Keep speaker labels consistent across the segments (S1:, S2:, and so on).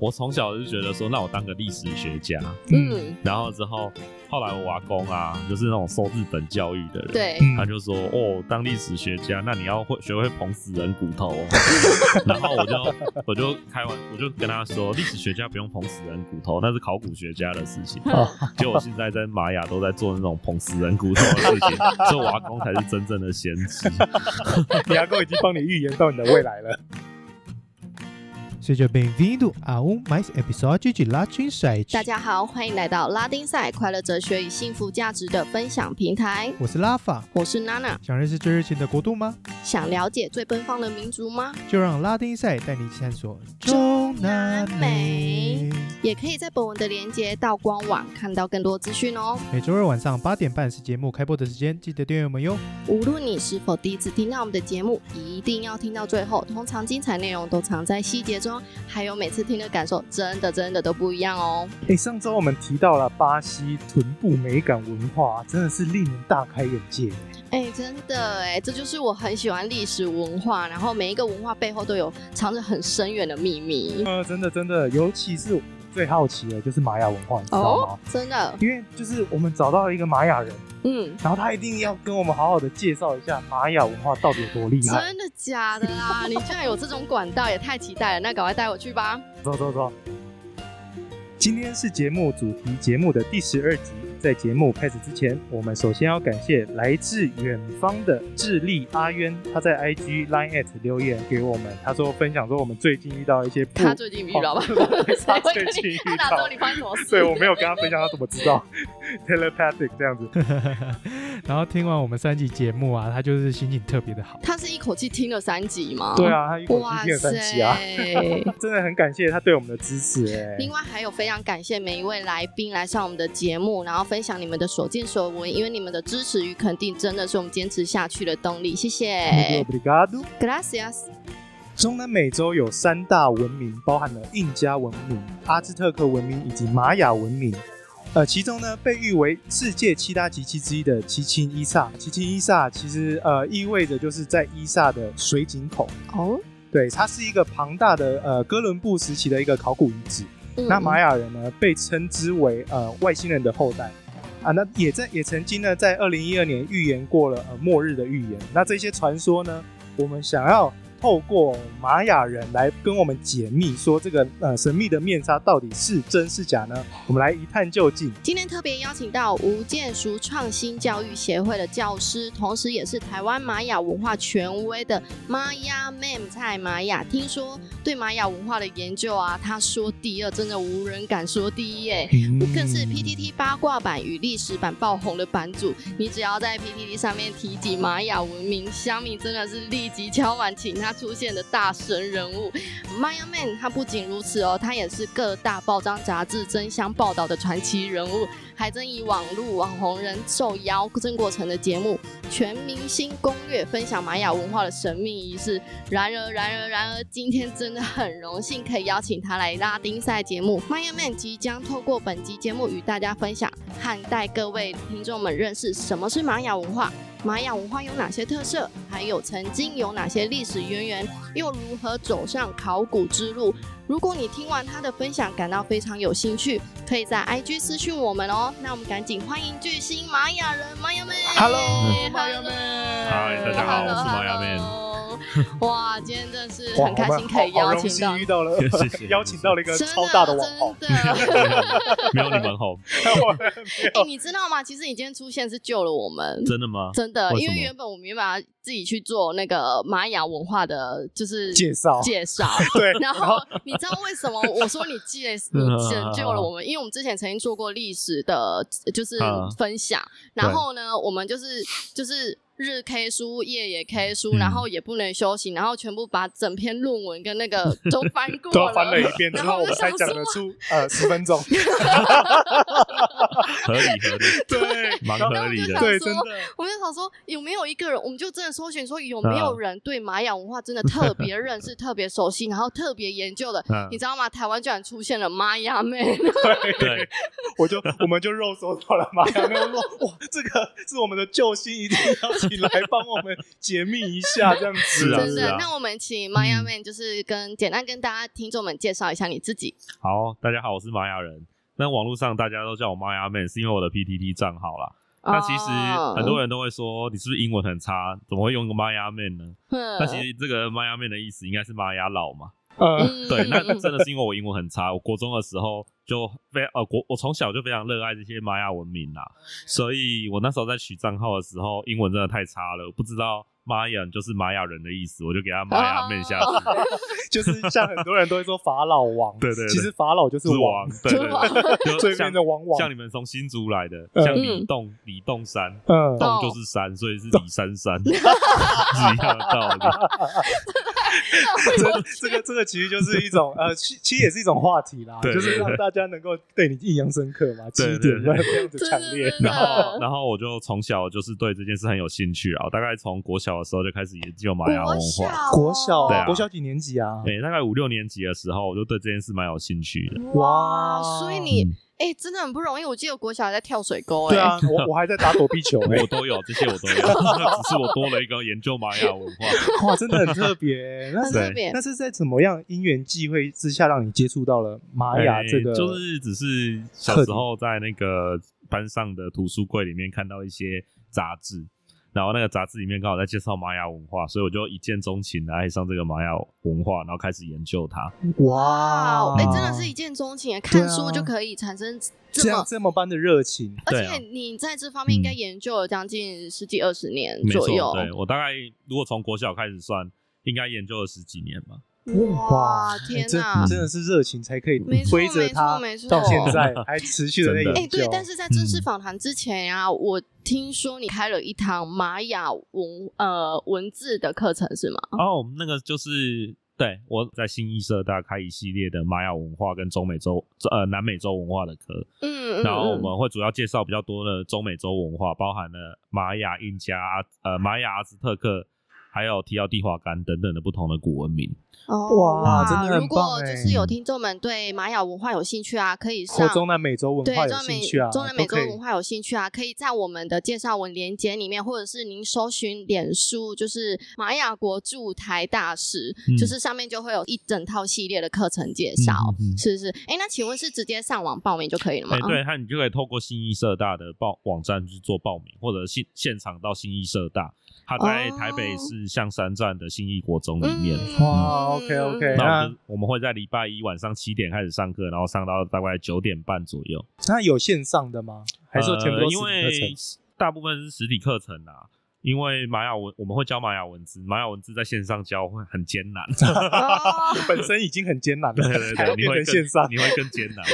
S1: 我从小就觉得说，那我当个历史学家。
S2: 嗯，
S3: 嗯，
S1: 然后之后，后来我阿公啊，就是那种受日本教育的人，
S4: É.
S3: 对，
S1: 他
S2: 嗯
S1: 就说：“哦，当历史学家，那你要会学会捧死人骨头、哦。”然后我就我就开玩，我就跟他说：“历史学家不用捧死人骨头，那是考古学家的事情。
S2: 哦
S1: 结果现在在玛雅都在做那种捧死人骨头的事情，所以我阿公才是真正的先知。
S2: 你阿公已经帮你预言到你的未来了。Seja bem-vindo a um mais episódio de Latin Site。
S3: 大家好，欢迎来到拉丁赛快乐哲学与幸福价值的分享平台，
S2: 我是拉法。
S3: 我是娜娜。
S2: 想认识最热情的国度吗？
S3: 想了解最奔放的民族吗？
S2: 就让拉丁赛带你一起探索中南美。
S3: 也可以在本文的连接到官网看到更多资讯哦。
S2: 每周二晚上八点半是节目开播的时间，记得订阅我们哟。
S3: 无论你是否第一次听到我们的节目，一定要听到最后。通常精彩内容都藏在细节中，还有每次听的感受真的真的都不一样哦。
S2: 哎，上周我们提到了巴西臀部美感文化，真的是令人大开眼界。
S3: 哎，真的哎，这就是我很喜欢历史文化，然后每一个文化背后都有藏着很深远的秘密
S2: 呃，真的真的，尤其是我最好奇的就是玛雅文化，你知道吗？
S3: 哦，真的，
S2: 因为就是我们找到了一个玛雅人，
S3: 嗯。
S2: 然后他一定要跟我们好好的介绍一下玛雅文化到底有多厉害。
S3: 真的假的啦？你居然有这种管道，也太期待了！那赶快带我去吧。
S2: 走走走。今天是节目主题节目的第十二集。在节目开始之前，我们首先要感谢来自远方的智利阿渊，他在 IG Line at 留言给我们，他说分享说我们最近遇到一些不
S3: 他最近遇到吧？
S2: 哦 对
S3: 谁
S2: 他
S3: 会
S2: 最
S3: 跟
S2: 近
S3: 你？
S2: 遇
S3: 他哪知
S2: 到
S3: 道你发生什么事？
S2: 对我没有跟他分享，他怎么知 道 telepathic 这样子？
S4: 然后听完我们三集节目啊，他就是心情特别的好。
S3: 他是一口气听了三集吗？
S2: 对，啊，他一口
S3: 哇
S2: 气变三集啊，
S3: 塞！
S2: 真的很感谢他对我们的支持哎、
S3: 另外还有非常感谢每一位来宾来上我们的节目，然后分享你们的所见所闻，因为你们的支持与肯定真的是我们坚持下去的动力。谢谢
S2: Muito obrigado。
S3: ，Gracias。
S2: 中南美洲有三大文明，包含了印加文明、阿兹特克文明以及玛雅文明。呃，其中呢，被誉为世界七大奇迹之一的奇琴伊萨。奇琴伊萨其实呃意味着就是在伊萨的水井口，
S3: 哦，
S2: 对，它是一个庞大的呃哥伦布时期的一个考古遗址。
S3: 嗯
S2: 那玛雅人呢，被称之为呃外星人的后代啊。那也在也曾经呢，在二零一二年预言过了呃末日的预言。那这些传说呢，我们想要透过玛雅人来跟我们解密，说这个呃神秘的面纱到底是真是假呢？我们来一探究竟。
S3: 今天特别邀请到吴建淑创新教育协会的教师，同时也是台湾玛雅文化权威的玛雅 Mam 蔡玛雅。听说对玛雅文化的研究啊，他说第二，真的无人敢说第一耶。更是 PTT 八卦版与历史版爆红的版主，你只要在 PTT 上面提及玛雅文明，乡民真的是立即敲碗请他出现的大神人物。Maya Man，他不仅如此哦，他也是各大报章杂志争相报道的传奇人物，还曾以网络网红人受邀曾国成的节目《全明星攻略》分享玛雅文化的神秘仪式。然而，然而，然而，今天真的很荣幸可以邀请他来拉丁赛节目。Maya Man 即将透过本集节目与大家分享，和带各位听众们认识什么是玛雅文化。玛雅文化有哪些特色？还有曾经有哪些历史渊源？又如何走上考古之路？如果你听完他的分享感到非常有兴趣，可以在 IG 私讯我们哦。那我们赶紧欢迎巨星玛雅人玛雅妹
S2: Hello，玛雅
S3: ，Hello，
S2: 们，
S1: 嗨大家好
S3: Hello，
S1: 我是玛雅妹
S3: Hello 哇，今天真的是
S2: 哇
S3: 很开心可以
S2: 我们好好
S3: 邀请
S2: 荣幸
S3: 到
S2: 遇，到 了
S1: 谢谢谢谢
S2: 邀请到了一个
S3: 真
S2: 超大的
S3: 的啊
S2: 网红，
S3: 真的。
S1: 没有你们红，
S3: 哎，你知道吗？其实你今天出现是救了我们，
S1: 真的
S2: 啊
S1: 吗？
S3: 真的，
S1: 为
S3: 因
S1: 什
S3: 为
S1: 么
S3: 原本我们原本要自己去做那个玛雅文化的，就是
S2: 介绍
S3: 介绍。
S2: 对，
S3: 然后你知道为什么我说你 介你拯救了我们？因为我们之前曾经做过历史的，就是
S1: 啊
S3: 分享。然后呢，我们就是就是日 K 书，夜也 K 书，
S1: 嗯
S3: 然后也不能休息，然后全部把整篇论文跟 那个都翻过
S2: 都翻了一遍之
S3: 然
S2: 后，
S3: 后
S2: 我
S3: 我
S2: 们
S3: 就
S2: 才
S3: 想
S2: 讲得
S3: 说，
S2: 出呃十分钟，
S1: 合理合理，
S2: 对，
S1: 蛮
S2: 然后
S1: 合理的
S3: 然后我
S2: 对，
S3: 就想。说
S2: 真的。
S3: 我就想说，有没有一个人，我们就真的搜寻说有没
S1: 嗯
S3: 有人对玛雅文化 真的特别认识、特别熟悉，然后特别研究的？
S1: 嗯
S3: 你，知道吗？台湾居然出现了玛雅妹，
S1: 对，
S2: 我就我们就肉搜到了玛雅，然后说哇，这个是我们的救星，一定要请请来帮我们解密一下，这样子。
S1: 是啊嗯
S3: 真的，那我们请 Maya Man 就是跟简单跟大家听众们介绍一下你自己。
S1: 好，大家好，我是玛雅人。那网络上大家都叫我玛雅 man，是因为我的 PTT 账号啦。
S3: 哦
S1: 那其实很多人都会说，你是不是英文很差，怎么会用个玛雅 man 呢？
S3: 人
S1: 那其实这个玛雅 man 的意思应该是玛雅佬嘛。
S2: 呃，
S3: 嗯
S1: 对，那真的是因为我英文很差， 我国中的时候就非呃国，我从小就非常热爱这些玛雅文明啦，所以我那时候在取账号的时候，英文真的太差了，我不知道玛雅就是玛雅人的意思，我就给他玛雅面下去，
S2: 就是像很多人都会说法老王，
S1: 对对对
S2: 其实法老就是
S1: 之王，对对 对，就
S2: 最
S1: 像
S2: 面的王
S1: 像
S2: 王，
S1: 你们从新竹来的，
S2: 嗯
S1: 像李栋李栋山。
S2: 嗯，
S1: 栋就是山，所以是李珊珊， 是一样的道理。
S2: 这这个这个其实就是一种呃，其其实也是一种话题啦，
S1: 对
S2: 就是让
S1: 对对
S2: 大家能够对你印象深刻嘛，基
S1: 对
S2: 点
S1: 对对
S2: 这样子
S3: 真
S2: 强
S3: 的
S2: 烈。
S3: 真的
S1: 然
S2: 嗯
S1: 后，然后我就从小就是对这件事很有兴趣啊。我大概从国小的时候就开始研究玛雅文化，
S2: 国小
S1: 对啊
S2: 国小几年级啊？
S1: 对，大概五六年级的时候，我就对这件事蛮有兴趣的。
S3: 哇，
S2: 哇
S3: 所以你
S1: 嗯
S3: 哎真的很不容易。我记得国小还在跳水沟，
S2: 对
S3: 哎，
S2: 啊，我 我还在打躲避球哎
S1: 我，都有这些，我 都有，只是我多了一个研究玛雅文化。
S2: 哇，真的很特别。欸那
S3: 哎
S2: 是
S3: 很
S1: 对
S3: 特别
S2: 那。是在怎么样因缘际会之下，让你接触到了玛雅这个？
S1: 哎就是只是小时候在那个班上的图书柜里面看到一些杂志，然后那个杂志里面刚好在介绍玛雅文化，所以我就一见钟情的爱上这个玛雅文化，然后开始研究它。
S2: 哇，哦啊
S3: 哎、真的是一见钟情耶，看书就可以产生
S2: 这
S3: 这么
S2: 样，这么般的热情。
S3: 而
S1: 对啊嗯
S3: 且你在这方面应该研究了将近十几二十年
S1: 没错
S3: 左右，，
S1: 对我大概如果从国小开始算，应该研究了十几年吧。
S3: 哇，天
S2: 哎这
S3: 哪！
S2: 真的是热情才可以
S3: 没错
S2: 推着它
S3: 没错
S2: 到现
S3: 没错
S2: 在还持续的在
S1: 真的
S2: 研
S3: 哎、
S2: 究。
S3: 对，但是在正
S1: 嗯
S3: 式访谈之前啊，我听说你开了一堂玛雅文呃文字的课程是吗？
S1: 哦，那个就是对我在新一社大开一系列的玛雅文化跟中美洲呃南美洲文化的课，
S3: 嗯，嗯
S1: 然后我
S3: 嗯
S1: 们会主要介绍比较多的中美洲文化，包含了玛雅、印加、呃玛雅、阿兹特克，还有提奥蒂华干等等的不同的古文明。
S3: 哦
S2: 哇真的很
S3: 如果
S2: 棒哎
S3: 就是有听众们对玛雅文化有兴趣啊，可以
S2: 或
S3: 上
S2: 中南美洲文
S3: 对
S2: 化有
S3: 中南
S2: 兴
S3: 美
S2: 趣啊，
S3: 中南美
S2: 都
S3: 洲
S2: 可以
S3: 文化有兴趣啊，可以在我们的介绍文连接里面，或者是您搜寻脸书，就是玛雅国驻台大使，
S1: 嗯
S3: 就是上面就会有一整套系列的课程介绍。
S1: 嗯嗯嗯
S3: 是是，哎，那请问是直接上网报名就可以了吗？
S1: 哎、对，那你就可以透过新一社大的报网站去做报名，或者现现场到新一社大，它在
S3: 哦
S1: 台北市象山站的新义国中里面。
S3: 嗯
S2: 哇，OK，OK
S1: 那我
S2: 那
S1: 们就我们会在礼拜一晚上七点开始上课，然后上到大概九点半左右。
S2: 那有线上的吗？还是说全部
S1: 呃
S2: 都是
S1: 因
S2: 课程
S1: 为？大部分是实体课程啊。因为玛雅文我们会教玛雅文字，玛雅文字在线上教会很艰 难，
S3: 哦
S2: 本身已经很艰难了，
S1: 对对
S2: 还要
S1: 对，你
S2: 变
S1: 会更
S2: 成线上。
S1: 你会更艰难。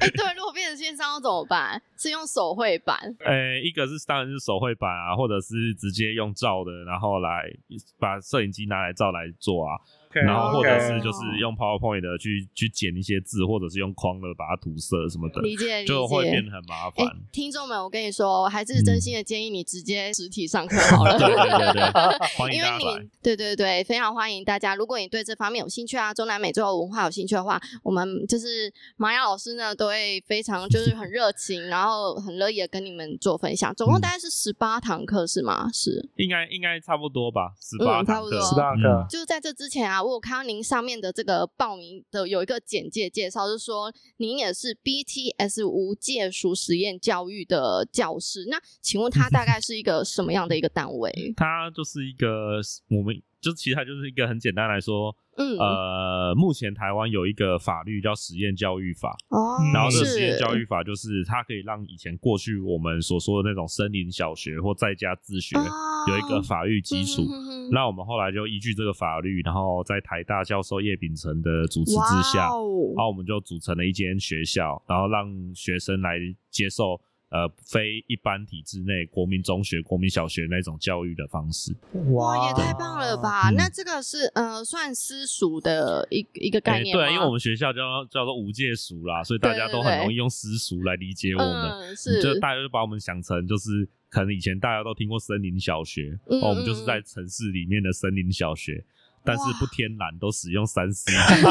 S3: 哎，对，如果变成线上要怎么办？是用手绘版？
S1: 呃，一个是当然是手绘版啊，或者是直接用照的，然后来把摄影机拿来照来做啊，
S2: OK，
S1: 然后或者
S2: 哦 OK
S1: 是就是用 PowerPoint 的去去剪一些字，或者是用框的把它涂色什么的，
S3: 理解理解。
S1: 就会变得很麻
S3: 哎
S1: 烦。，嗯
S3: 听众们，我跟你说，我还是真心的建议你直接实体上课好 了。
S1: 对对对对， 欢迎
S3: 因为
S1: 大家来
S3: 你。对对对，非常欢迎大家。如果你对这方面有兴趣啊，中南美洲的文化有兴趣的话，我们就是玛雅老师呢，都会非常就是很热情，然后很乐意的跟你们做分享。
S1: 嗯
S3: 总共大概是十八堂课是吗？是。
S1: 应该应该差不多吧，十八
S3: 嗯差
S1: 堂
S3: 不
S1: 课，
S3: 多
S2: 十八堂课
S3: 就是在这之前啊，我有看到您上面的这个报名的有一个简介介绍，就是说您也是 BTS 无界塾实验教育的教师。那请问他大概是一个什么样的一个单 位？
S1: 它就是一个我们就其实它就是一个很简单来说，
S3: 嗯，
S1: 呃，目前台湾有一个法律叫实验教育法，
S3: 哦，
S1: 然后这个
S3: 是
S1: 实验教育法就是它可以让以前过去我们所说的那种森林小学或在家自学
S3: 哦
S1: 有一个法律基础。
S3: 嗯哼哼哼
S1: 那我们后来就依据这个法律，然后在台大教授叶秉成的主持之下，
S3: 哇
S1: 然
S3: 哦，
S1: 后我们就组成了一间学校，然后让学生来接受呃非一般体制内国民中学、国民小学那种教育的方式。
S2: 嗯
S3: 哇，也太棒了！吧！
S1: 嗯
S3: 那这个是呃，算私塾的一一个概
S1: 诶
S3: 念吗、
S1: 对，啊因为我们学校叫叫做无界塾啦，所以大家都
S3: 对对
S1: 很
S3: 对
S1: 容易用私塾来理解我们。
S3: 嗯是
S1: 就大家就把我们想成就是可能以前大家都听过森林小学，
S3: 嗯
S1: 哦，我们就
S3: 嗯
S1: 是在城市里面的森林小学，但是不天然，都使用三 C 这样子，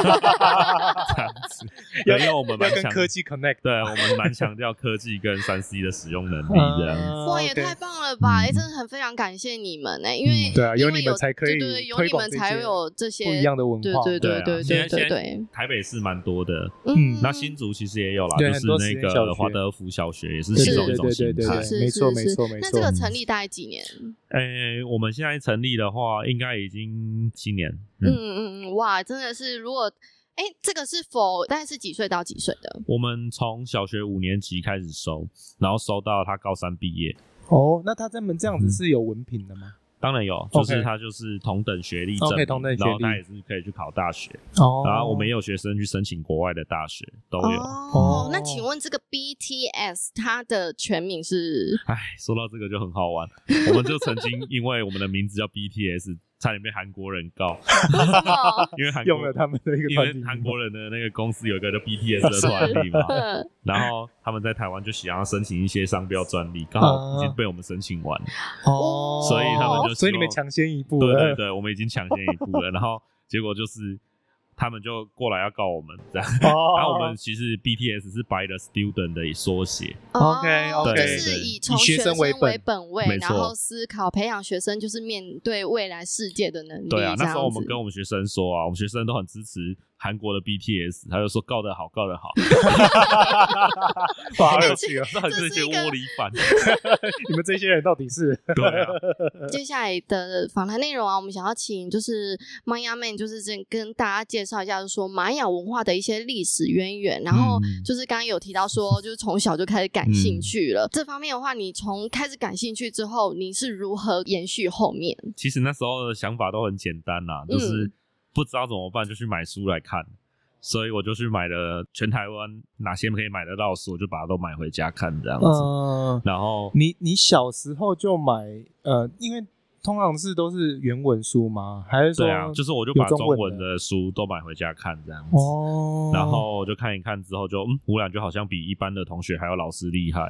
S2: 要
S1: 对因为我们
S2: 要
S1: 蛮
S2: 跟
S1: 强啊
S2: 科技 connect，嗯
S3: 嗯
S1: 对我们蛮强调科技跟三 C 的使用能力这样。
S2: 哦
S3: 哇，也太棒了了吧？哎、
S1: 嗯
S3: 真的很非常感谢你们哎、因为
S1: 嗯
S2: 对啊
S3: 因
S2: 有
S3: 为
S2: 你们才可以
S3: 对对对有
S2: 推
S3: 你
S2: 广
S3: 们
S2: 这
S3: 才
S2: 些
S3: 有这些
S2: 不一样的文化，
S3: 对对
S1: 对
S3: 对
S1: 啊
S3: 对
S1: 现在
S3: 对对
S1: 现在
S3: 对，
S1: 台北市蛮多的，
S2: 嗯
S1: 那新竹其实也有啦，
S2: 对
S1: 就
S2: 很
S1: 是
S2: 多实
S1: 那
S2: 验小
S1: 个
S2: 学
S1: 华德福小学也是
S3: 是
S1: 其中一
S2: 对
S1: 种
S2: 对对
S1: 形
S2: 对
S1: 态
S2: 对，
S3: 是
S2: 没错
S3: 是
S2: 没
S3: 是
S2: 错没
S3: 那
S2: 错
S3: 这。个成立大概几年？
S1: 嗯诶、我们现在成立的话，应该已经七年。
S3: 嗯
S1: 嗯，
S3: 嗯嗯，哇，真的是如果。哎，这个是否大概是几岁到几岁的？
S1: 我们从小学五年级开始收，然后收到他高三毕业。
S2: 哦，那他这么这样子是有文凭的吗？
S1: 当然有，就
S2: OK
S1: 是他就是同等学历证明
S2: OK，同等学历
S1: 然后他也是可以去考大学，
S2: 哦
S1: 然后我们也有学生去申请国外的大学，都有。
S3: 哦
S2: 哦，
S3: 那请问这个 BTS 它的全名 是？
S1: 哎，说到这个就很好玩，我们就曾经因为我们的名字叫 BTS，差点被韩国人告，
S3: 为什 么？
S1: 因为韩国
S2: 用了他们的一个
S1: 因
S2: 团
S1: 为
S2: 体
S1: 韩国人的那个公司有一个叫 BTS 的团体嘛， 然后他们在台湾就想要申请一些商标专利，刚好已
S3: 啊
S1: 经被我们申请完了。
S2: 哦，
S1: 所以他们就希望
S2: 所以你们抢先一步
S1: 对
S2: 了，
S1: 对对，我们已经抢先一步了。然后结果就是他们就过来要告我们这样。
S2: 哦，
S1: 然后我们其实 BTS 是 By the Student 的缩写，
S3: 哦
S2: OK，OK
S3: 就是以从学
S2: 以学
S3: 生
S2: 生为
S3: 为
S2: 本
S3: 本位，
S1: 没
S3: 然
S1: 错
S3: 后思考培养学生就是面对未来世界的能力。
S1: 对啊。
S3: 这
S1: 那时候我
S3: 样子
S1: 们跟我们学生说啊，我们学生都很支持韩国的 BTS，他就说告得好，告 得好，
S2: 哇好有趣哦！
S1: 这很
S3: 这是
S1: 是
S3: 一
S1: 一
S3: 个
S1: 些窝里 反。
S2: 你们这些人到底是
S1: 对啊，
S3: 接下来的访谈内容啊，我们想要请就是玛雅妹，就是跟跟大家介绍一下，就是说玛雅文化的一些历史渊源。然后
S1: 嗯
S3: 就是刚刚有提到说，就是从小就开始感兴趣了。这方面的话，你从开始感兴趣之后，你是如何延续后面？
S1: 其实那时候的想法都很简单啦，就是
S3: 嗯
S1: 不知道怎么办，就去买书来看。所以我就去买了全台湾哪些可以买得到的书，我就把它都买回家看这样子。
S2: 嗯，
S1: 然后
S2: 你你小时候就买呃，因为通常是都是原文书吗？还是说
S1: 对啊，就是我就
S2: 有
S1: 把中
S2: 文
S1: 文的书都买回家看这样子。
S2: 哦，
S1: 然 后我就看一看之后就，嗯，忽然就好像比一般的同学还有老师厉害。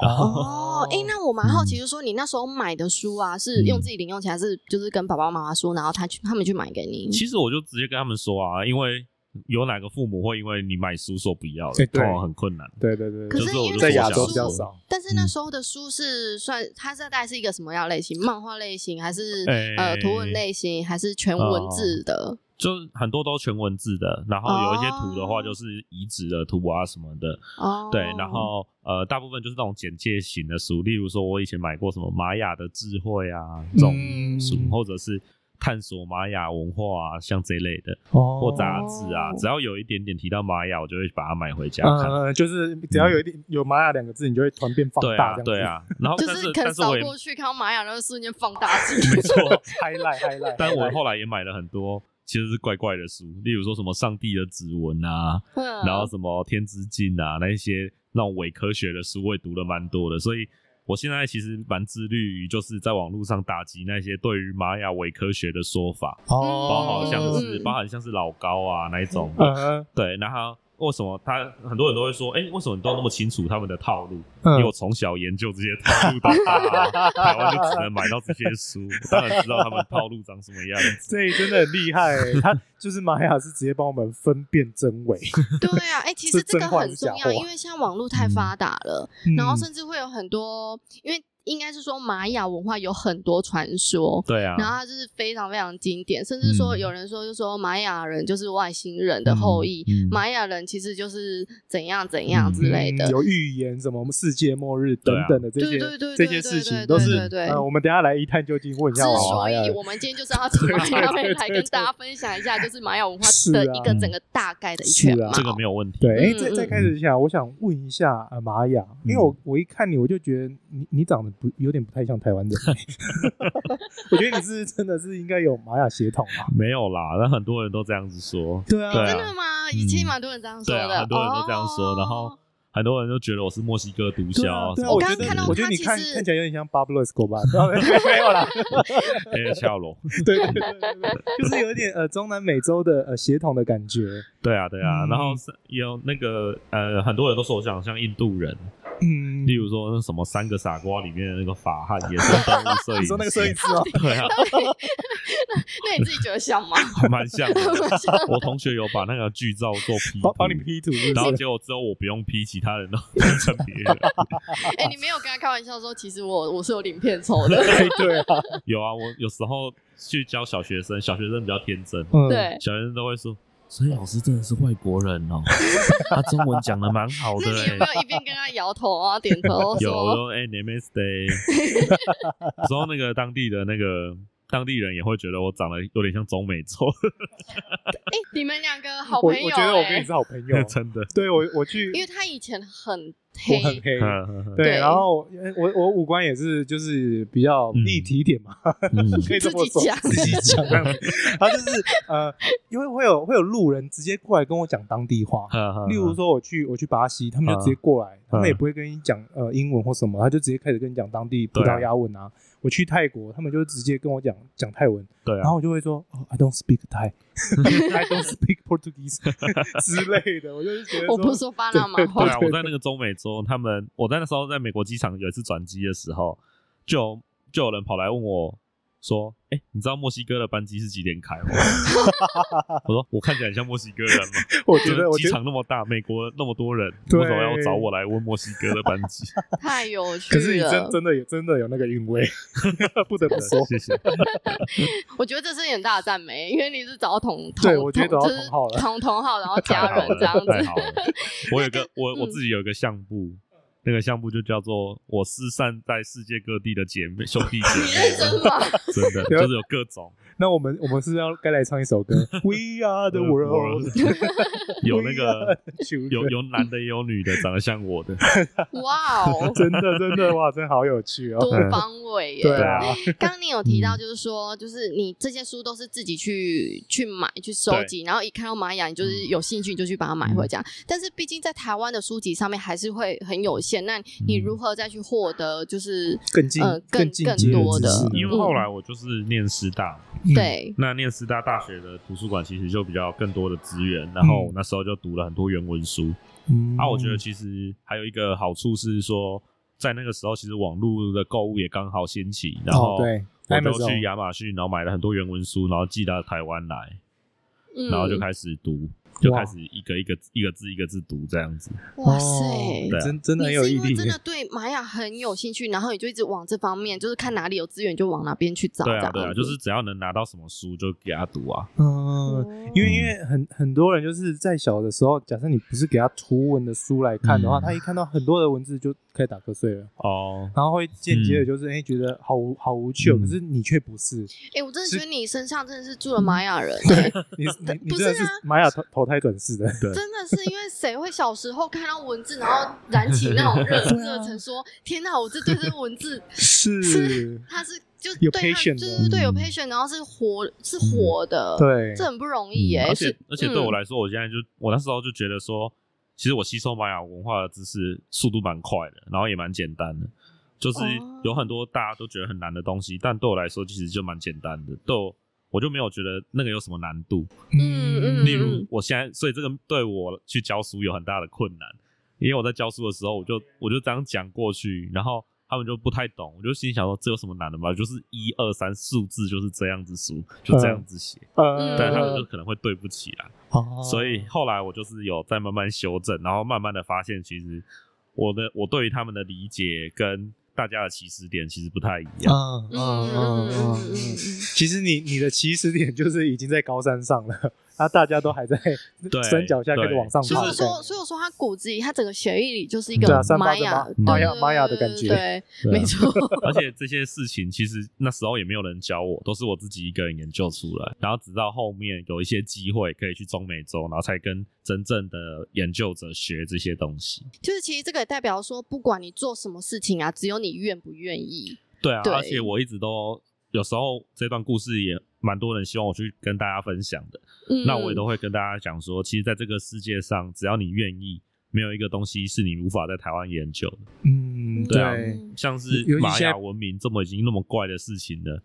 S3: 哦，哎、那我蛮好
S1: 嗯
S3: 奇，就是说你那时候买的书啊，是用自己零用钱，还是就是跟爸爸妈妈说，然后他去他们去买给
S2: 嗯
S3: 你？
S1: 其实我就直接跟他们说啊，因为有哪个父母会因为你买书说不要
S2: 哎
S1: 的，
S2: 对
S1: 通常很困难。
S2: 对对对，
S3: 可
S2: 对
S1: 就是
S3: 因为
S1: 我
S2: 在
S1: 就
S2: 亚
S1: 说想
S2: 洲比较
S1: 说
S2: 少。
S3: 但
S1: 嗯
S3: 是那时候的书是算，它是大概是一个什么样的类型？漫画类型，还是、
S1: 诶
S3: 呃图文类型，还是全
S1: 哦
S3: 文字的？
S1: 就很多都全文字的，然后有一些图的
S3: 哦
S1: 话就是移植的图啊什么的，
S3: 哦，
S1: 对，然后呃大部分就是那种简介型的书，例如说我以前买过什么玛雅的智慧啊这种书，
S2: 嗯
S1: 或者是探索玛雅文化啊，像这一类的，
S2: 哦
S1: 或杂志啊，
S3: 哦
S1: 只要有一点点提到玛雅，我就会把它买回家看。嗯
S2: 嗯，就是只要有一点有玛雅两个字，你就会突然变放
S1: 对
S2: 大
S1: 啊，
S2: 这样子，
S1: 对啊，然后
S3: 就
S1: 但是
S3: 可能
S1: 但是
S3: 扫
S1: 我也
S3: 过去看到玛雅，然后瞬间放大镜。
S1: 没错，
S2: ，highlight highlight，
S1: 但我
S2: highlight
S1: 后来也买了很多其实是怪怪的书，例如说什么上帝的指纹啊，
S3: 嗯
S1: 然后什么天之镜啊，那一些那种伪科学的书我也读了蛮多的，所以我现在其实蛮自律于就是在网络上打击那些对于玛雅伪科学的说法，包
S2: 哦，
S1: 含像是、
S3: 嗯
S1: 包含像是老高啊那一种，
S2: 嗯
S1: 对，然后为什么他很多人都会说，哎、为什么你都那么清楚他们的套路？因为
S2: 嗯
S1: 我，从小研究这些套路到大、啊，台湾就只能买到这些书，我当然知道他们套路长什么样子。
S2: 这真的很厉害欸，他就是玛雅是直接帮我们分辨真 伪，
S3: 对啊，哎、其实
S2: 是
S3: 这个
S2: 真话
S3: 很
S2: 还是假
S3: 重要，
S2: 话
S3: 因为现在网络太
S1: 嗯
S3: 发达了，然后
S2: 嗯
S3: 甚至会有很多，因为应该是说玛雅文化有很多传说，
S1: 对啊，
S3: 然后它就是非常非常经典，甚至说
S1: 嗯
S3: 有人说就说玛雅人就是外星人的后裔，
S1: 嗯嗯
S3: 玛雅人其实就是怎样怎样之类的。
S2: 嗯有预言什么我们世界末日等
S1: 对啊
S2: 等的这些
S3: 对对对对
S2: 这
S3: 对
S2: 些
S3: 对
S2: 事
S3: 对
S2: 情，都是
S3: 对对
S2: 呃，我们等一下来一探究竟问一
S3: 之
S2: 下
S1: 啊
S2: 娃
S3: 所
S2: 娃呀
S3: 以。我们今天就是 要请玛雅妹来跟大家分享一下，就是玛雅文化的一个
S1: 是啊
S3: 整个大概的一圈
S2: 是
S3: 嘛
S2: 啊。
S1: 这个没有问题。
S2: 对，哎，
S3: 嗯
S2: 在
S3: 嗯
S2: 在开始之前，我想问一下呃玛雅，因为我我一看你，我就觉得你你长得不有点不太像台湾人， 我觉得你是真的是应该有玛雅血统啊。
S1: 没有啦，那很多人都这样子说。
S2: 对啊
S1: 对
S3: 真
S1: 啊
S3: 的吗？以前蛮多人这样说
S1: 对
S3: 的，
S1: 啊，很多人都这样说，
S3: 哦
S1: 然后很多人都觉得我是墨西哥毒
S2: 对
S1: 枭
S2: 啊，
S1: 啊，
S2: 对
S1: 什
S2: 啊，
S1: 么
S3: 我
S2: 我
S1: 之
S2: 觉
S1: 类
S3: 刚
S2: 得
S3: 看
S1: 的
S3: 到
S2: 我觉得你
S3: 他
S2: 看
S3: 其实
S2: 看起来有点像 Pablo Escobar，没有啦，
S1: 哎，笑容。
S2: 对对对对对，就是有一点呃中南美洲的呃血统的感觉。
S1: 对啊，对啊，
S2: 嗯
S1: 然后是有那个呃，很多人都说我像像印度人，
S4: 嗯
S1: 例，如说那什么三个傻瓜里面的那个法汉野生动物摄影师，
S2: 你说那个摄影师哦，
S1: 对啊，
S3: 那你自己觉得像吗？
S1: 还蛮像的
S3: 蛮像。
S1: 我同学有把那个剧照做 P，
S2: 帮帮你
S1: 图
S2: P 图是
S1: 然后
S2: 不是？
S1: 结果之后我不用 P，其他人都 变成别 人。
S3: 哎、你没有跟他开玩笑说，其实我我是有领片酬 的，
S2: 对对啊，
S1: 有啊，我有时候去教小学生，小学生比较天真，
S2: 嗯，
S3: 对。
S1: 小学生都会说。所以老师真的是外国人哦，他中文讲的蛮好的
S3: 那你有
S1: 欸、
S3: 没有一边跟他摇头啊、点 头
S1: 有我
S3: 说？
S1: 说哎、n a m e is day。有时候那个当地的那个当地人也会觉得我长得有点像中美洲，
S3: 哎、你们两个好
S2: 我
S3: 朋友、
S2: 我觉得我跟
S3: 哎
S2: 你是好朋友，
S1: 真的。
S2: 对我我去，
S3: 因为他以前很
S2: 我
S3: 黑，
S2: 很黑。
S1: 嗯，
S2: 对，
S3: 对
S2: 然后呃我我五官也是就是比较
S1: 嗯
S2: 立体一点嘛，可以这么说
S3: 自己讲，
S2: 自己讲这样子。然后就是呃，因为会有会有路人直接过来跟我讲当地话，
S1: 嗯
S2: 例如说我去我去巴西，他们就直接过来，他们也不会跟你讲呃英文或什么，他就直接开始跟你讲当地葡
S1: 对啊
S2: 萄牙文啊。我去泰国，他们就直接跟我讲讲泰文，
S1: 对
S2: 然
S1: 啊
S2: 后，我就会说、哦、I don't speak Thai，I don't speak Portuguese 之类的，我就是觉得
S3: 我不
S2: 说
S3: 是说巴拿马
S1: 对
S3: 话，
S1: 啊，我在那个中美洲，他们我在那时候在美国机场有一次转机的时候，就有就有人跑来问我说：“哎、你知道墨西哥的班机是几点开吗？” 我说：“我看起来很像墨西哥人吗？
S2: 我
S1: 就
S2: 觉
S1: 是
S2: 得我
S1: 机
S2: 觉得
S1: 场那么大，美国那么多人，
S2: 对
S1: 为什么要找我来问墨西哥的班 机？”
S3: 太有趣
S2: 可
S3: 了。
S2: 是你真真的也真的有那个韵味， 不得不说。
S1: 谢谢。
S3: 我觉得这是你很大的赞美，因为你是找到同同
S2: 对我觉得
S3: 同
S2: 找到
S3: 就是
S2: 同好了
S3: 同同好，然后
S1: 太
S3: 家
S1: 好
S3: 人
S1: 了
S3: 这样
S1: 太
S3: 子。
S1: 好 了。我有个我我
S3: 嗯
S1: 自己有一个项目，那个项目就叫做“我失散在世界各地的姐妹兄弟姐
S3: 你认
S1: 妹
S3: 真吗？
S1: 们”，真的就是有各种
S2: 那我们我们是要该来唱一 首歌，We Are the World，
S1: 有那
S2: We are
S1: 个
S2: the children
S1: 有有男的也有女的，长得像我的，
S3: 哇哦，
S2: 真的真的哇，真好有趣哦。
S3: 多方位耶！
S2: 对啊，
S3: 刚刚你有
S2: 嗯
S3: 提到，就是说，就是你这些书都是自己去去买、去收集，然后一看到玛雅，
S2: 嗯
S3: 你就是有兴趣你就去把它买回家。但是毕竟在台湾的书籍上面还是会很有限，那你如何再去获得？就是
S2: 嗯更进
S3: 呃更
S2: 进
S3: 更
S2: 阶
S3: 多
S2: 知
S3: 的嗯
S2: 识呢
S1: 因为后来我就是念师大嘛，
S2: 嗯
S3: 对，
S1: 那念师大大学的图书馆其实就比较更多的资源，然后我那时候就读了很多原文书，
S2: 嗯
S1: 啊，我觉得其实还有一个好处是说，在那个时候其实网络的购物也刚好兴起，然
S2: 哦
S1: 后
S2: 对，
S1: 我就
S2: Amazon
S1: 去亚马逊，然后买了很多原文书，然后寄到台湾来，
S3: 嗯，
S1: 然后就开始读，就开始一个一个一个字一个字读这样子。
S3: 哇
S2: 哦
S3: 塞，
S1: 对啊
S2: 真真的很
S3: 你
S2: 有
S3: 是
S2: 毅
S3: 因为
S2: 力。
S3: 哎真的对玛雅很有兴趣，然后你就一直往这方面，就是看哪里有资源就往哪边去找。
S1: 对
S3: 这
S1: 啊，
S3: 样
S2: 哦
S1: 对啊，
S3: 子
S1: 就是只要能拿到什么书就给他读啊。
S2: 嗯，因为因为很很多人就是在小的时候，假设你不是给他图文的书来看的话，
S1: 嗯
S2: 他一看到很多的文字就开始打瞌睡了，
S1: 哦，
S2: 然后会间接的就是哎觉得好无好无趣哦，
S1: 嗯
S2: 可是你却不是，嗯
S3: 哎，我真的觉得你身上真的是住了玛雅 人，欸
S2: 你你你
S3: 不
S2: 真的
S3: 是
S2: 是
S3: 啊
S2: 玛雅投投胎转世的，
S1: 对
S3: 真的是因为谁会小时候看到文字，然后燃起那种热
S2: 对啊
S3: 热忱，说天哪，我这对这文字，
S2: 是
S3: 是，它是就
S2: 有
S3: 对它
S2: patient 的
S3: 就是对有
S1: 嗯
S3: patient，然后是活是活的，，
S2: 对，
S3: 这很不容易耶。
S1: 而且
S3: 是
S1: 而且对我
S3: 嗯
S1: 来说，我现在就我那时候就觉得说，其实我吸收玛雅文化的知识速度蛮快的，然后也蛮简单的。就是
S3: 哦
S1: 有很多大家都觉得很难的东西，但对我来说其实就蛮简单的，对我我就没有觉得那个有什么难度。
S3: 嗯嗯
S1: 例如我现在，所以这个对我去教书有很大的困难，因为我在教书的时候，我就我就这样讲过去，然后他们就不太懂，我就心里想说这有什么难的嘛，就是一二三数字就是这样子数，就这样子写，
S2: 呃，
S1: 但他们就可能会对不起来，
S2: 哦
S1: 所以后来我就是有在慢慢修正，然后慢慢的发现，其实我的我对于他们的理解跟大家的起始点其实不太一样，
S2: 嗯嗯
S3: 嗯
S2: 嗯
S3: 嗯嗯
S2: 嗯
S3: 嗯嗯
S2: 嗯，
S3: 嗯。
S2: 其实你你的起始点就是已经在高山上了，然后大家都还在
S1: 对
S2: 山脚下开始
S1: 对
S2: 往上
S3: 所以
S2: 爬
S3: 我
S2: 的概念，
S3: 说，所以我说，他骨子里，他整个血液里就是一
S2: 对
S3: 个
S2: 啊三八
S3: 玛
S2: 的
S3: 雅、
S2: 玛
S3: 对
S2: 玛雅
S3: 对
S2: 玛雅的
S3: 对
S2: 感觉
S3: 对，
S1: 对啊
S3: 没错。
S1: 而且这些事情其实那时候也没有人教我，都是我自己一个人研究出来。然后直到后面有一些机会可以去中美洲，然后才跟真正的研究者学这些东西。
S3: 就是其实这个也代表说，不管你做什么事情啊，只有你愿不愿意。
S1: 对啊，
S3: 对
S1: 而且我一直都有时候这段故事也蛮多人希望我去跟大家分享的。
S3: 嗯，
S1: 那我也都会跟大家讲说，其实在这个世界上，只要你愿意，没有一个东西是你无法在台湾研究的。
S2: 嗯
S1: 对啊
S2: 对，
S1: 像是
S2: 尤其
S1: 玛
S2: 现
S1: 雅
S2: 在
S1: 文明这么已经那么怪的事情了，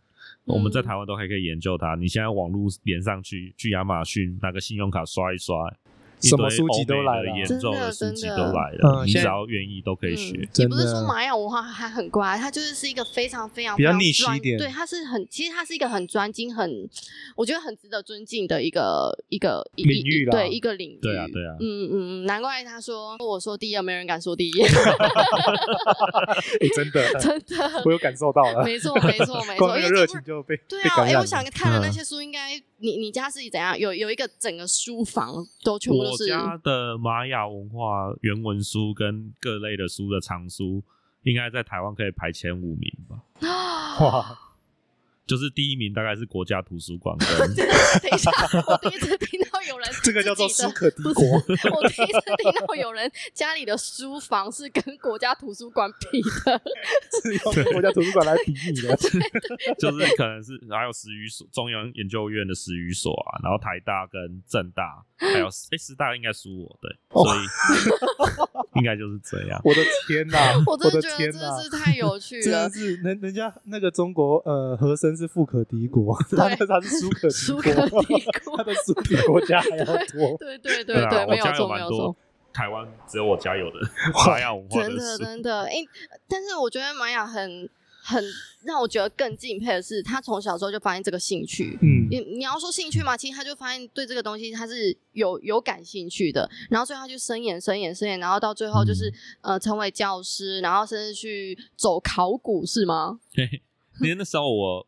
S1: 我
S3: 嗯
S1: 们在台湾都还可以研究它。你现在网络连上去，去亚马逊拿个信用卡刷一刷，一
S2: 什么
S1: 堆
S2: 书籍
S1: 欧
S2: 都
S1: 美
S2: 来
S1: 的
S2: 了啊
S1: 研
S3: 真
S1: 究
S3: 的
S1: 书
S3: 真
S1: 籍
S3: 的
S1: 都来了，
S2: 嗯
S1: 你
S2: 现
S1: 只
S2: 在
S1: 要愿意都可以学
S3: 嗯。。也不是
S2: 真的
S3: 说玛雅文化它很乖，它就是是一个非常非常
S2: 比较
S3: 非常
S2: niche
S3: 专
S2: 一点
S3: 对，它是很其实它是一个很专精、很我觉得很值得尊敬的一个一个一
S2: 领域
S3: 一
S2: 啦
S3: 对一个领域。
S1: 对啊对啊
S3: 嗯嗯嗯，难怪他说我说第一，没人敢说 第一，
S2: 哎，真的，
S3: 真 的。
S2: 我有感受到了，
S3: 没错，没错，没
S2: 光
S3: 错，
S2: 那
S3: 因
S2: 个
S3: 为
S2: 热
S3: 这
S2: 情
S3: 不
S2: 就被
S3: 对
S2: 被
S3: 啊，
S2: 感
S3: 哎，
S2: 染
S3: 我
S2: 了
S3: 想看了那
S2: 嗯
S3: 些书，应该你你家是怎样？有有一个整个书房都全部
S1: 我
S3: 都是
S1: 家的玛雅文化原文书跟各类的书的藏书，应该在台湾可以排前五名吧。
S2: 哇，
S1: 就是第一名大概是国家图书 馆跟
S3: 等一下，我第一次听到有人
S2: 这个叫做
S3: 自己
S2: 斯
S3: 的
S2: 可帝国，
S3: 我第一次听到有人家里的书房是跟国家图书馆比的，
S2: 是 用国家图书馆来比拟的。
S1: 就是可能是还有史语所、中央研究院的史语所啊，然后台大跟政大，还 有哎、师大应该输我对，所以 应该就是这样。
S2: 我的天哪！
S3: 我
S2: 我
S3: 真的
S2: 的
S3: 觉得
S2: 天
S3: 真
S2: 哪
S3: 的！是太有趣
S2: 真
S3: 了
S2: 的。是人人家那个中国呃和珅是富可敌国，他
S3: 对
S2: 他是苏可
S3: 苏
S2: 敌
S3: 格
S2: 国，
S3: 帝
S2: 他
S3: 国，
S2: 的苏比国家还要多。
S3: 对对 对
S1: 啊，
S3: 对，
S1: 我
S3: 没有
S1: 家
S3: 错，没
S1: 蛮
S3: 有错
S1: 多。台湾只有我家 有的玛雅文化
S3: 真的
S1: 书，
S3: 真的，哎、但是我觉得玛雅很很让我觉得更敬佩的是，他从小时候就发现这个兴趣。
S2: 嗯，
S3: 你你要说兴趣嘛，其实他就发现对这个东西他是有有感兴趣的，然后所以他就深研深研深研，然后到最后就是、
S1: 嗯
S3: 呃成为教师，然后甚至去走考古是吗？
S1: 因为那时候我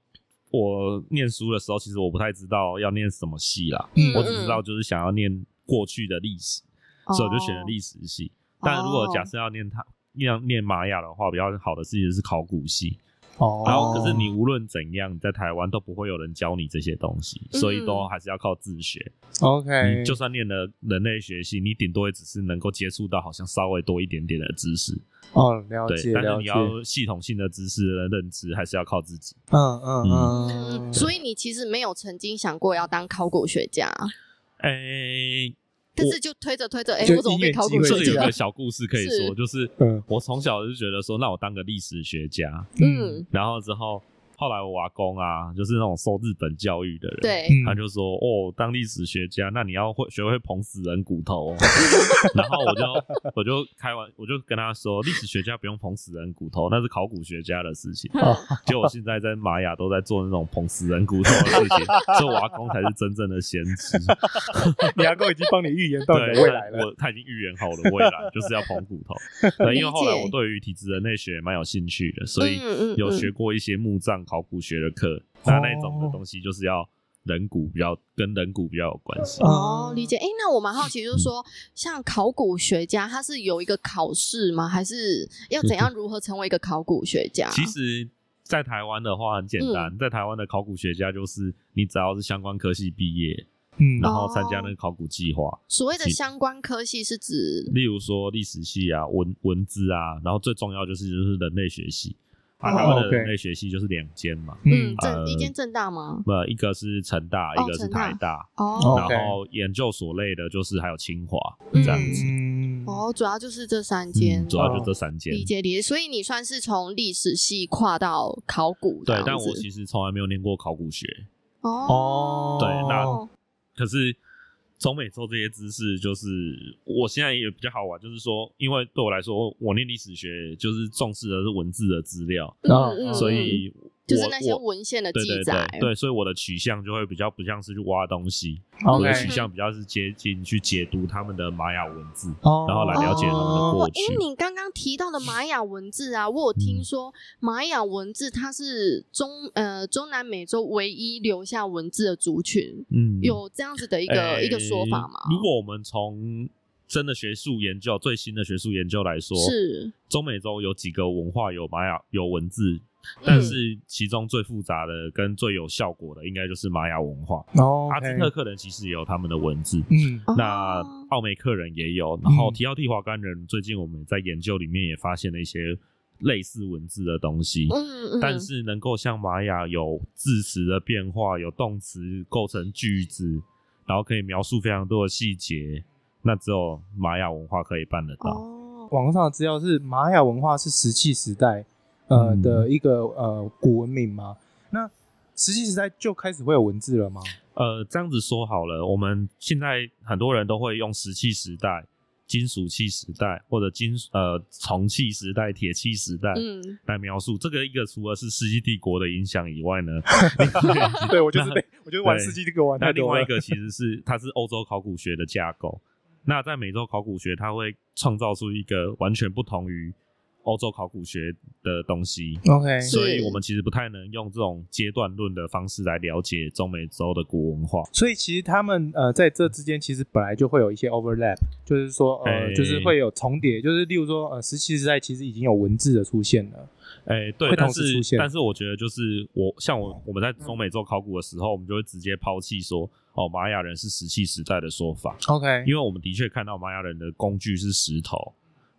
S1: 我念书的时候，其实我不太知道要念什么系啦，
S2: 嗯
S1: 我只知道就是想要念过去的历史，
S3: 嗯
S1: 所以我就选了
S3: 历。
S1: 历史系。但如
S2: 哦
S1: 果假设要念它。要念玛雅的话，比较好的事情是考古系。
S2: 哦
S1: 然后，可是你无论怎样，你在台湾都不会有人教你这些东西，
S3: 嗯
S1: 所以都还是要靠自学。
S2: OK，
S1: 你就算念了人类学系，你顶多也只是能够接触到好像稍微多一点点的知识，
S2: 哦，了
S1: 对
S2: 解。
S1: 但是
S2: 了
S1: 你
S2: 解，
S1: 要系统性的知识的认知，还是要靠自己。
S2: 嗯嗯
S3: 嗯，
S2: 嗯，
S3: 所
S2: 以
S3: 以你其实没有曾经想过要当考古学家，
S1: 哎、
S3: 但是就推着推着，哎、
S2: 就
S3: 我怎么
S2: 因
S3: 变
S2: 缘
S3: 考
S2: 机
S3: 古
S2: 会
S1: 这
S3: 学
S1: 个有
S3: 家嗯
S1: 个？小故事可以
S3: 是
S1: 说，就是
S2: 嗯
S1: 我从小就觉得说，那我当个历史学家，
S3: 嗯，
S1: 然后之后后来我阿公啊，就是那种受日本教育的人，，
S3: 对，
S2: 嗯
S1: 他就说哦，当历史学家，那你要会学会捧死人骨头、哦。 然后我就我就开玩，我就跟他说，历史学家不用捧死人骨头，那是考古学家的事情。
S3: 嗯
S2: 哦
S1: 结果现在在玛雅都在做那种捧死人骨头的事情，所以我阿公才是真正的先 知。
S2: 你阿公已经帮你预言到
S1: 对，
S2: 你的未来
S1: 他
S2: 了。
S1: 我他已经预言好我的未来，就是要捧 骨头。对，因为后来
S3: 理解
S1: 我对于体质人类学也蛮有兴趣的，所以
S3: 嗯嗯
S1: 有学
S3: 嗯
S1: 过一些墓葬考古学的课。那那种的
S2: 哦
S1: 东西就是要人骨比较跟人骨比较有关系。
S3: 哦，理解。哎、那我蛮好奇，就是
S1: 嗯
S3: 说，像考古学家，他是有一个考试吗？还是要怎样如何成为一个考古学家？
S1: 嗯其实，在台湾的话很简单，
S3: 嗯
S1: 在台湾的考古学家就是你只要是相关科系毕业，
S2: 嗯
S1: 然后参
S3: 哦
S1: 加那个考古计划，
S3: 所谓的
S1: 其
S3: 相关科系是指
S1: 例如说历史系啊、文文字啊，然后最重要就是就是人类学系啊，
S3: 哦
S1: 台湾的
S2: OK
S1: 人类学系就是两间嘛。
S3: 嗯，
S2: 嗯，
S3: 正
S1: 呃
S3: 一间正大吗？
S1: 呃，一个是成大，
S3: 哦
S1: 一个是
S3: 成大
S1: 台大，
S3: 哦
S2: OK
S1: 然后研究所类的就是还有清华
S3: 嗯
S1: 这样子，
S2: 嗯
S3: 哦，主要就是这三间、
S1: 嗯，主要就这三间。
S3: 哦理解理解。所以你算是从历史系跨到考古这
S1: 对
S3: 样，子，
S1: 但我其实从来没有念过考古学，
S3: 哦，
S1: 对那可是中美洲这些知识，就是我现在也比较好玩，就是说，因为对我来说，我念历史学就是重视的是文字的资料，
S2: 那
S3: 嗯嗯
S1: 所以我
S3: 就是那些
S1: 我
S3: 文献的
S1: 对
S3: 记
S1: 对
S3: 载，
S1: 对对，所以我的取向就会比较不像是去挖东西，我的
S2: OK，
S1: 取向比较是接近去解读他们的玛雅文字。
S2: 然
S1: 然后来了解他们的过
S3: 哦，
S1: 去嗯
S3: 因为你刚刚提到的玛雅文字啊，我有听说玛雅文字它是中呃中南美洲唯一留下文字的族群，
S1: 嗯，
S3: 有这样子的一
S1: 一
S3: 个、一个说法吗？
S1: 如果我们从真的学术研究最新的学术研究来说，
S3: 是，
S1: 中美洲有几个文化有玛雅有文字，
S3: 嗯
S1: 但是其中最复杂的跟最有效果的，应该就是玛雅文化。
S2: 哦，
S1: 阿兹特克人其实也有他们的文字，
S2: 嗯
S3: 哦嗯
S1: 那奥美克人也有，然后提奥蒂华干人最近我们在研究里面也发现了一些类似文字的东西。
S3: 嗯嗯，
S1: 但是能够像玛雅有字词的变化，有动词构成句子，然后可以描述非常多的细节，那只有玛雅文化可以办得到。
S3: 哦，
S2: 网上的资料是玛雅文化是石器时代呃
S1: 嗯
S2: 的一个呃古文明嘛？那石器时代就开始会有文字了吗？
S1: 呃，这样子说好了，我们现在很多人都会用石器时代、金属器时代或者金呃铜器时代、铁器时代。
S3: 嗯，
S1: 来描述这个一个，除了是世纪帝国的影响以 外呢，
S2: 对我就是
S1: 嗯那
S2: 被，我就是玩
S1: 对
S2: 世纪这个玩
S1: 那
S2: 太
S1: 另
S2: 多
S1: 外一
S2: 了。
S1: 个其实是它是欧洲考古学的架构。
S2: 嗯
S1: 那在美洲考古学，它会创造出一个完全不同于欧洲考古学的东西，
S2: OK，
S3: 是
S1: 所以我们其实不太能用这种阶段论的方式来了解中美洲的古文化。
S2: 所以其实他们呃在这之间其实本来就会有一些 overlap，就是说呃
S1: 哎
S2: 就是会有重叠，就是例如说呃石器时代其实已经有文字的出现了，
S1: 哎、对
S2: 会，
S1: 但
S2: 同时出
S1: 是
S2: 现
S1: 但是我觉得就是我像我我们在中美洲考古的时候，我们就会直接抛弃说哦玛雅人是石器时代的说法，
S2: OK，
S1: 因为我们的确看到玛雅人的工具是石头，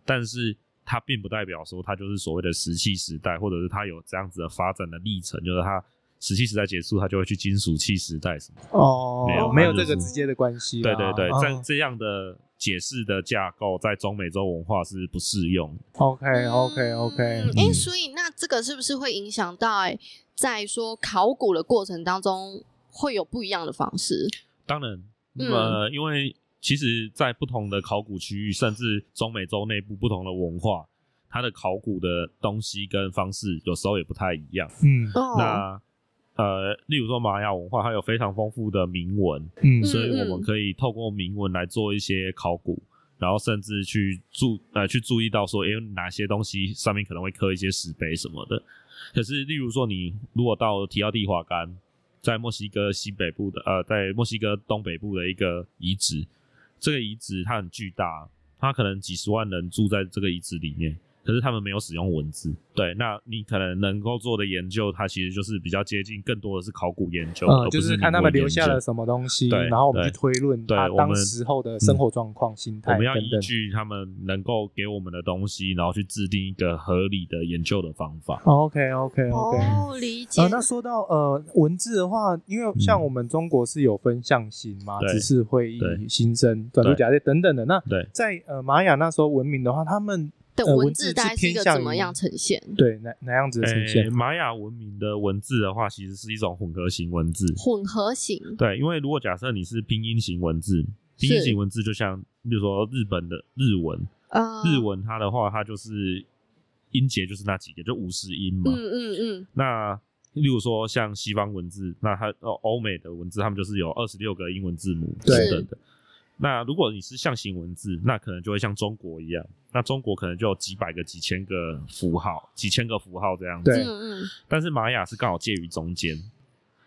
S1: 但是它并不代表说它就是所谓的石器时代，或者是它有这样子的发展的历程，就是它石器时代结束，它就会去金属器时代什么的。
S2: 哦
S1: 没有
S2: 没有
S1: 它就
S2: 这个
S1: 是
S2: 直接的关系
S1: 对
S2: 啦，
S1: 对对，
S2: 哦
S1: 这这样的解释的架构在中美洲文化是不适用的。
S2: OK OK OK，
S3: 哎、嗯诶所以那这个是不是会影响到哎、在说考古的过程当中会有不一样的方式？
S1: 当然，
S3: 嗯
S1: 呃，因为其实，在不同的考古区域，甚至中美洲内部不同的文化，它的考古的东西跟方式有时候也不太一样。
S2: 嗯
S3: 哦，
S1: 那呃，例如说玛雅文化，它有非常丰富的铭文，
S2: 嗯
S1: 所以我
S3: 嗯
S1: 们可以透过铭文来做一些考古，然后甚至去注呃去注意到说，诶、哪些东西上面可能会刻一些石碑什么的。可是，例如说你如果到提奥蒂华干，在墨西哥西北部的呃，在墨西哥东北部的一个遗址，这个遗址它很巨大，它可能几十万人住在这个遗址里面。可是他们没有使用文字，对，那你可能能够做的研究，它其实就是比较接近，更多的是考古研究，而
S2: 呃
S1: 不
S2: 就是是
S1: 铭
S2: 看他们
S1: 文
S2: 留
S1: 研
S2: 下
S1: 究
S2: 了什么东西，
S1: 对
S2: 然后我们去
S1: 对
S2: 推论
S1: 对
S2: 他
S1: 我
S2: 当
S1: 们嗯
S2: 时候的生活状况、心
S1: 我
S2: 态
S1: 们要
S2: 等
S1: 依
S2: 等。
S1: 据他们能够给我们的东西，然后去制定一个合理的研究的方法。
S2: OK OK OK，
S3: 哦，理解。
S2: 呃，那说到呃文字的话，因为像
S1: 嗯
S2: 我们中国是有分象形嘛，
S1: 对
S2: 指示会议、
S1: 对
S2: 新生、转注
S1: 对
S2: 假列等等的。那
S1: 对
S2: 在呃玛雅那时候文明的话，他们
S3: 的
S2: 呃
S3: 文
S2: 文
S3: 字
S2: 字
S3: 大概
S2: 是
S3: 是一
S2: 偏
S3: 个
S2: 向
S3: 怎么
S2: 于
S3: 样呈现？
S2: 对哪哪样子的呈现
S1: 诶？玛雅文明的文字的话，其实是一种混合型文字。
S3: 混合型，
S1: 对，因为如果假设你是拼音型文字，拼音
S3: 是
S1: 型文字就像，比如说日本的日文，
S3: 呃，
S1: 日，文它的话，它就是音节就是那几个，就五十音嘛。
S3: 嗯嗯
S1: 那例如说像西方文字，那它呃欧美的文字，他们就是有二十六个英文字母
S2: 对
S1: 等等的。那如果你是象形文字，那可能就会像中国一样，那中国可能就有几百个、几千个符号、几千个符号这样子。
S3: 嗯
S2: 对
S3: 嗯嗯，
S1: 但是玛雅是刚好介于中间，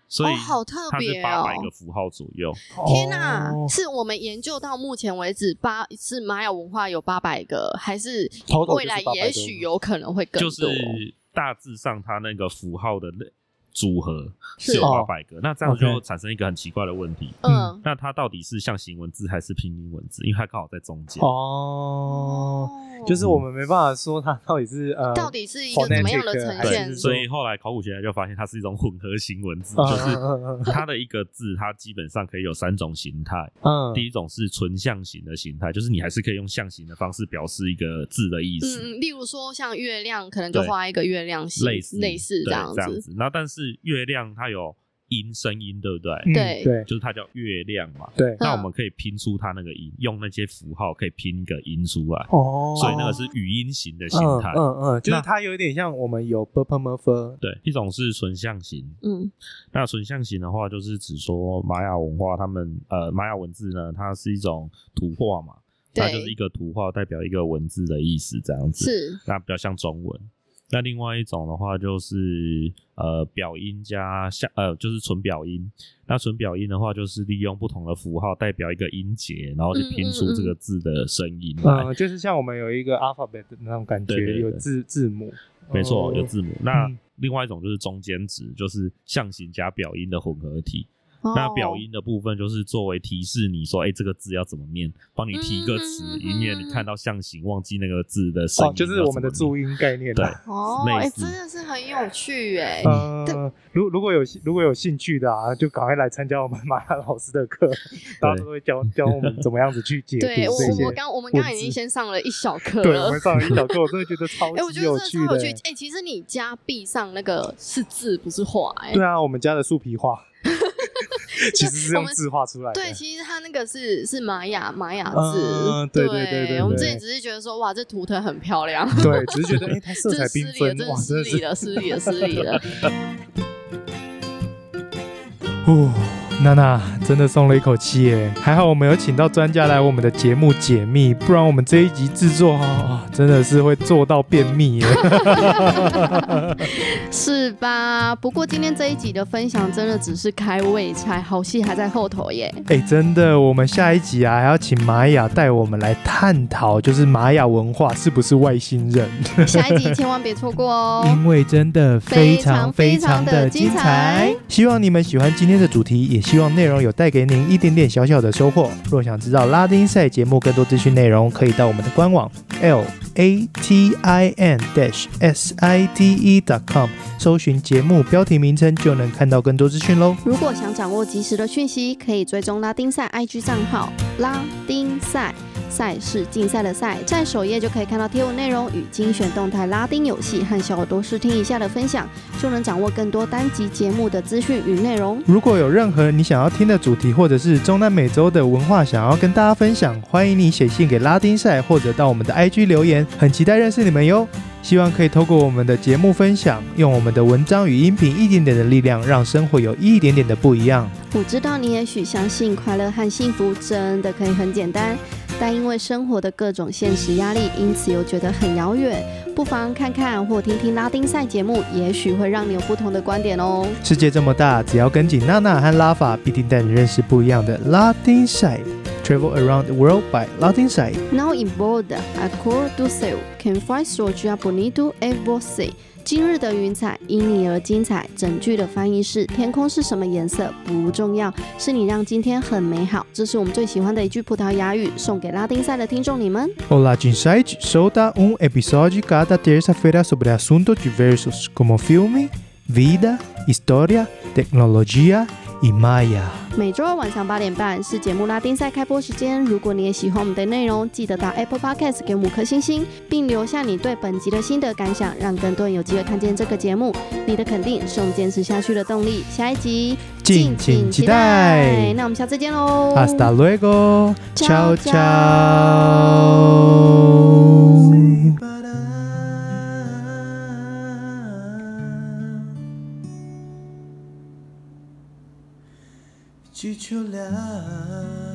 S1: 所以
S3: 哦好特
S1: 它
S3: 别
S1: 是
S3: 哦
S1: 八百个符号左右。
S3: 天哪、
S2: 哦
S3: 是我们研究到目前为止八是玛雅文化有八百个，还是
S2: Total 就是
S3: 未来
S2: 800
S3: 也许有可能会更
S1: 就
S3: 多？哦
S1: 是大致上它那个符号的类组合
S3: 是
S1: 是有
S2: 哦
S1: 八百个，那这样就
S2: OK
S1: 产生一个很奇怪的问题。
S3: 嗯，
S1: 那它到底是象形文字还是拼音文字？因为它刚好在中间。
S2: 哦，就是我们没办法说它到底是呃
S3: 到底是一个怎么样的呈
S2: 还
S1: 对，
S3: 现
S2: 是？
S1: 所以后来考古学家就发现它是一种混合型文字，
S2: 嗯
S1: 就是
S2: 嗯嗯
S1: 它的一个字，它基本上可以有三种形态。
S2: 嗯
S1: 第一种是纯象形的形态，就是你还是可以用象形的方式表示一个字的意思，
S3: 嗯嗯，例如说像月亮，可能就
S1: 对
S3: 画一个月亮形，
S1: 类似
S3: 类似
S1: 对这
S3: 这样
S1: 样
S3: 子。
S1: 子。那但是月亮它有音声音，对不对？
S2: 嗯
S3: 对
S2: 对
S1: 就是它叫月亮嘛。
S2: 对
S1: 那我
S3: 嗯
S1: 们可以拼出它那个音，用那些符号可以拼一个音出来，
S2: 哦，
S1: 所以那个是语音型的形态。
S2: 嗯嗯嗯，就是
S1: 那
S2: 它有点像我们有 b p m f，
S1: 对，一种是纯象形，
S3: 嗯
S1: 那纯象形的话，就是指说玛雅文化，他们呃玛雅文字呢，它是一种图画嘛，
S3: 对
S1: 它就是一个图画代表一个文字的意思这样子，
S3: 是
S1: 那比较像中文。那另外一种的话，就是呃表音加下呃就是纯表音。那纯表音的话，就是利用不同的符号代表一个音节，然后
S3: 嗯
S1: 去拼出这个字的声音来。
S2: 嗯，就是像我们有一个 alphabet 的那种感
S1: 对对
S2: 觉，
S1: 对
S2: 有字字母，
S1: 没错，
S2: 哦
S1: 有字母。那
S2: 嗯
S1: 另外一种就是中间值，就是象形加表音的混合体。
S3: 哦
S1: 那表音的部分就是作为提示你说，哎、这个字要怎么念，帮你提一个词，
S3: 嗯
S1: 以免你看到象形忘记那个字的声音、
S2: 哦，就是我们的注
S1: 意。
S2: 音概念啊
S1: 对
S2: 啦。
S3: 哦，
S1: 类
S3: 哎、
S1: 似
S3: 真的是很有趣哎、
S2: 呃，如如果有如果有兴趣的啊，就赶快来参加我们玛雅老师 的课，大家都会教教我们怎么样子去解读
S3: 对我
S2: 这
S3: 我
S2: 些
S3: 们。刚我们刚刚
S2: 文
S3: 已
S2: 字
S3: 经先上了一 小课
S2: 对，我们
S3: 了。
S2: 上了一小课，我真的觉得超
S3: 哎、我
S2: 级
S3: 觉得真的
S2: 趣
S3: 超有
S2: 的
S3: 趣
S2: 欸。。
S3: 哎、其实你家壁上那个是字，不是画哎、
S2: 啊 对啊，我们家的树皮画，其实是
S3: 我
S2: 用
S3: 们
S2: 字画出来的。
S3: 对，其实它那个是是玛雅玛雅
S2: 嗯
S3: 字，
S2: 对对
S3: 对
S2: 对对
S3: 我们
S2: 对
S3: 自己只是觉得说，哇，这图腾很漂亮，
S2: 对，只是觉得哎，它色
S3: 真
S2: 彩
S3: 的失
S2: 缤
S3: 礼了，
S2: 纷
S3: 真，
S2: 哇，
S3: 的
S2: 真
S3: 失
S2: 的
S3: 礼
S2: 是
S3: 了，失礼了，失礼了。
S4: 哦，娜娜真的松了一口气耶！还好我们有请到专家来我们的节目解密，不然我们这一集制作哦，真的是会做到便秘耶。
S3: 是吧？不过今天这一集的分享真的只是开胃菜，好戏还在后头耶。
S4: 哎、真的，我们下一集啊还要请玛雅带我们来探讨，就是玛雅文化是不是外星人？
S3: 下一集千万别错 过哦。
S4: 因为真的非常非常的精
S3: 非常非常
S4: 彩
S3: 地精。
S4: 希望你们喜欢今天的主题，也希望内容有带给您一点点小小的收获。若想知道拉丁赛节目更多资讯内容，可以到我们的官网 l a t i n dash s i d e dot com 搜寻节目标题名称，就能看到更多资讯喽。
S3: 如果想掌握及时的讯息，可以追踪拉丁赛 IG 账号拉丁赛。赛是竞赛的赛，在首页就可以看到贴文内容与精选动态拉丁游戏和小耳朵试听一下的分享，就能掌握更多单集节目的资讯与内容。
S4: 如果有任何你想要听的主题，或者是中南美洲的文化想要跟大家分享，欢迎你写信给拉丁赛，或者到我们的 IG 留言，很期待认识你们哟。希望可以透过我们的节目分享，用我们的文章与音频一点点的力量，让生活有一点点的不一样。
S3: 我知道你也许相信快乐和幸福真的可以很简单，但因为生活的各种现实压力，因此又觉得很遥远。不妨看看或听听拉丁赛节目，也许会让你有不同的观点哦。
S4: 世界这么大，只要跟紧娜娜和拉法，必定带你认识不一样的拉丁赛。Travel around the world by 拉丁赛。
S3: Now in bold, a cor do céu can find soja bonito e você。今日的云彩因你而精彩。整句的翻译是：天空是什么颜色不重要，是你让今天很美好。这是我们最喜欢的一句葡萄牙语，送给拉丁赛的听众你们。
S4: Olá, Insight. Solta um episódio cada terça-feira sobre assuntos diversos como filme, vida, história, tecnologia e Maya.
S3: 每周二晚上八点半是节目拉丁赛开播时间。如果你也喜欢我们的内容，记得到 Apple Podcast 给我们五颗星星，并留下你对本集的心得感想，让更多人有机会看见这个节目。你的肯定是我们坚持下去的动力。下一集
S4: 敬请期待。
S3: 那我们下次见喽
S4: Hasta luego. Ciao,
S3: Ciao,
S4: ciao.
S5: te olhar.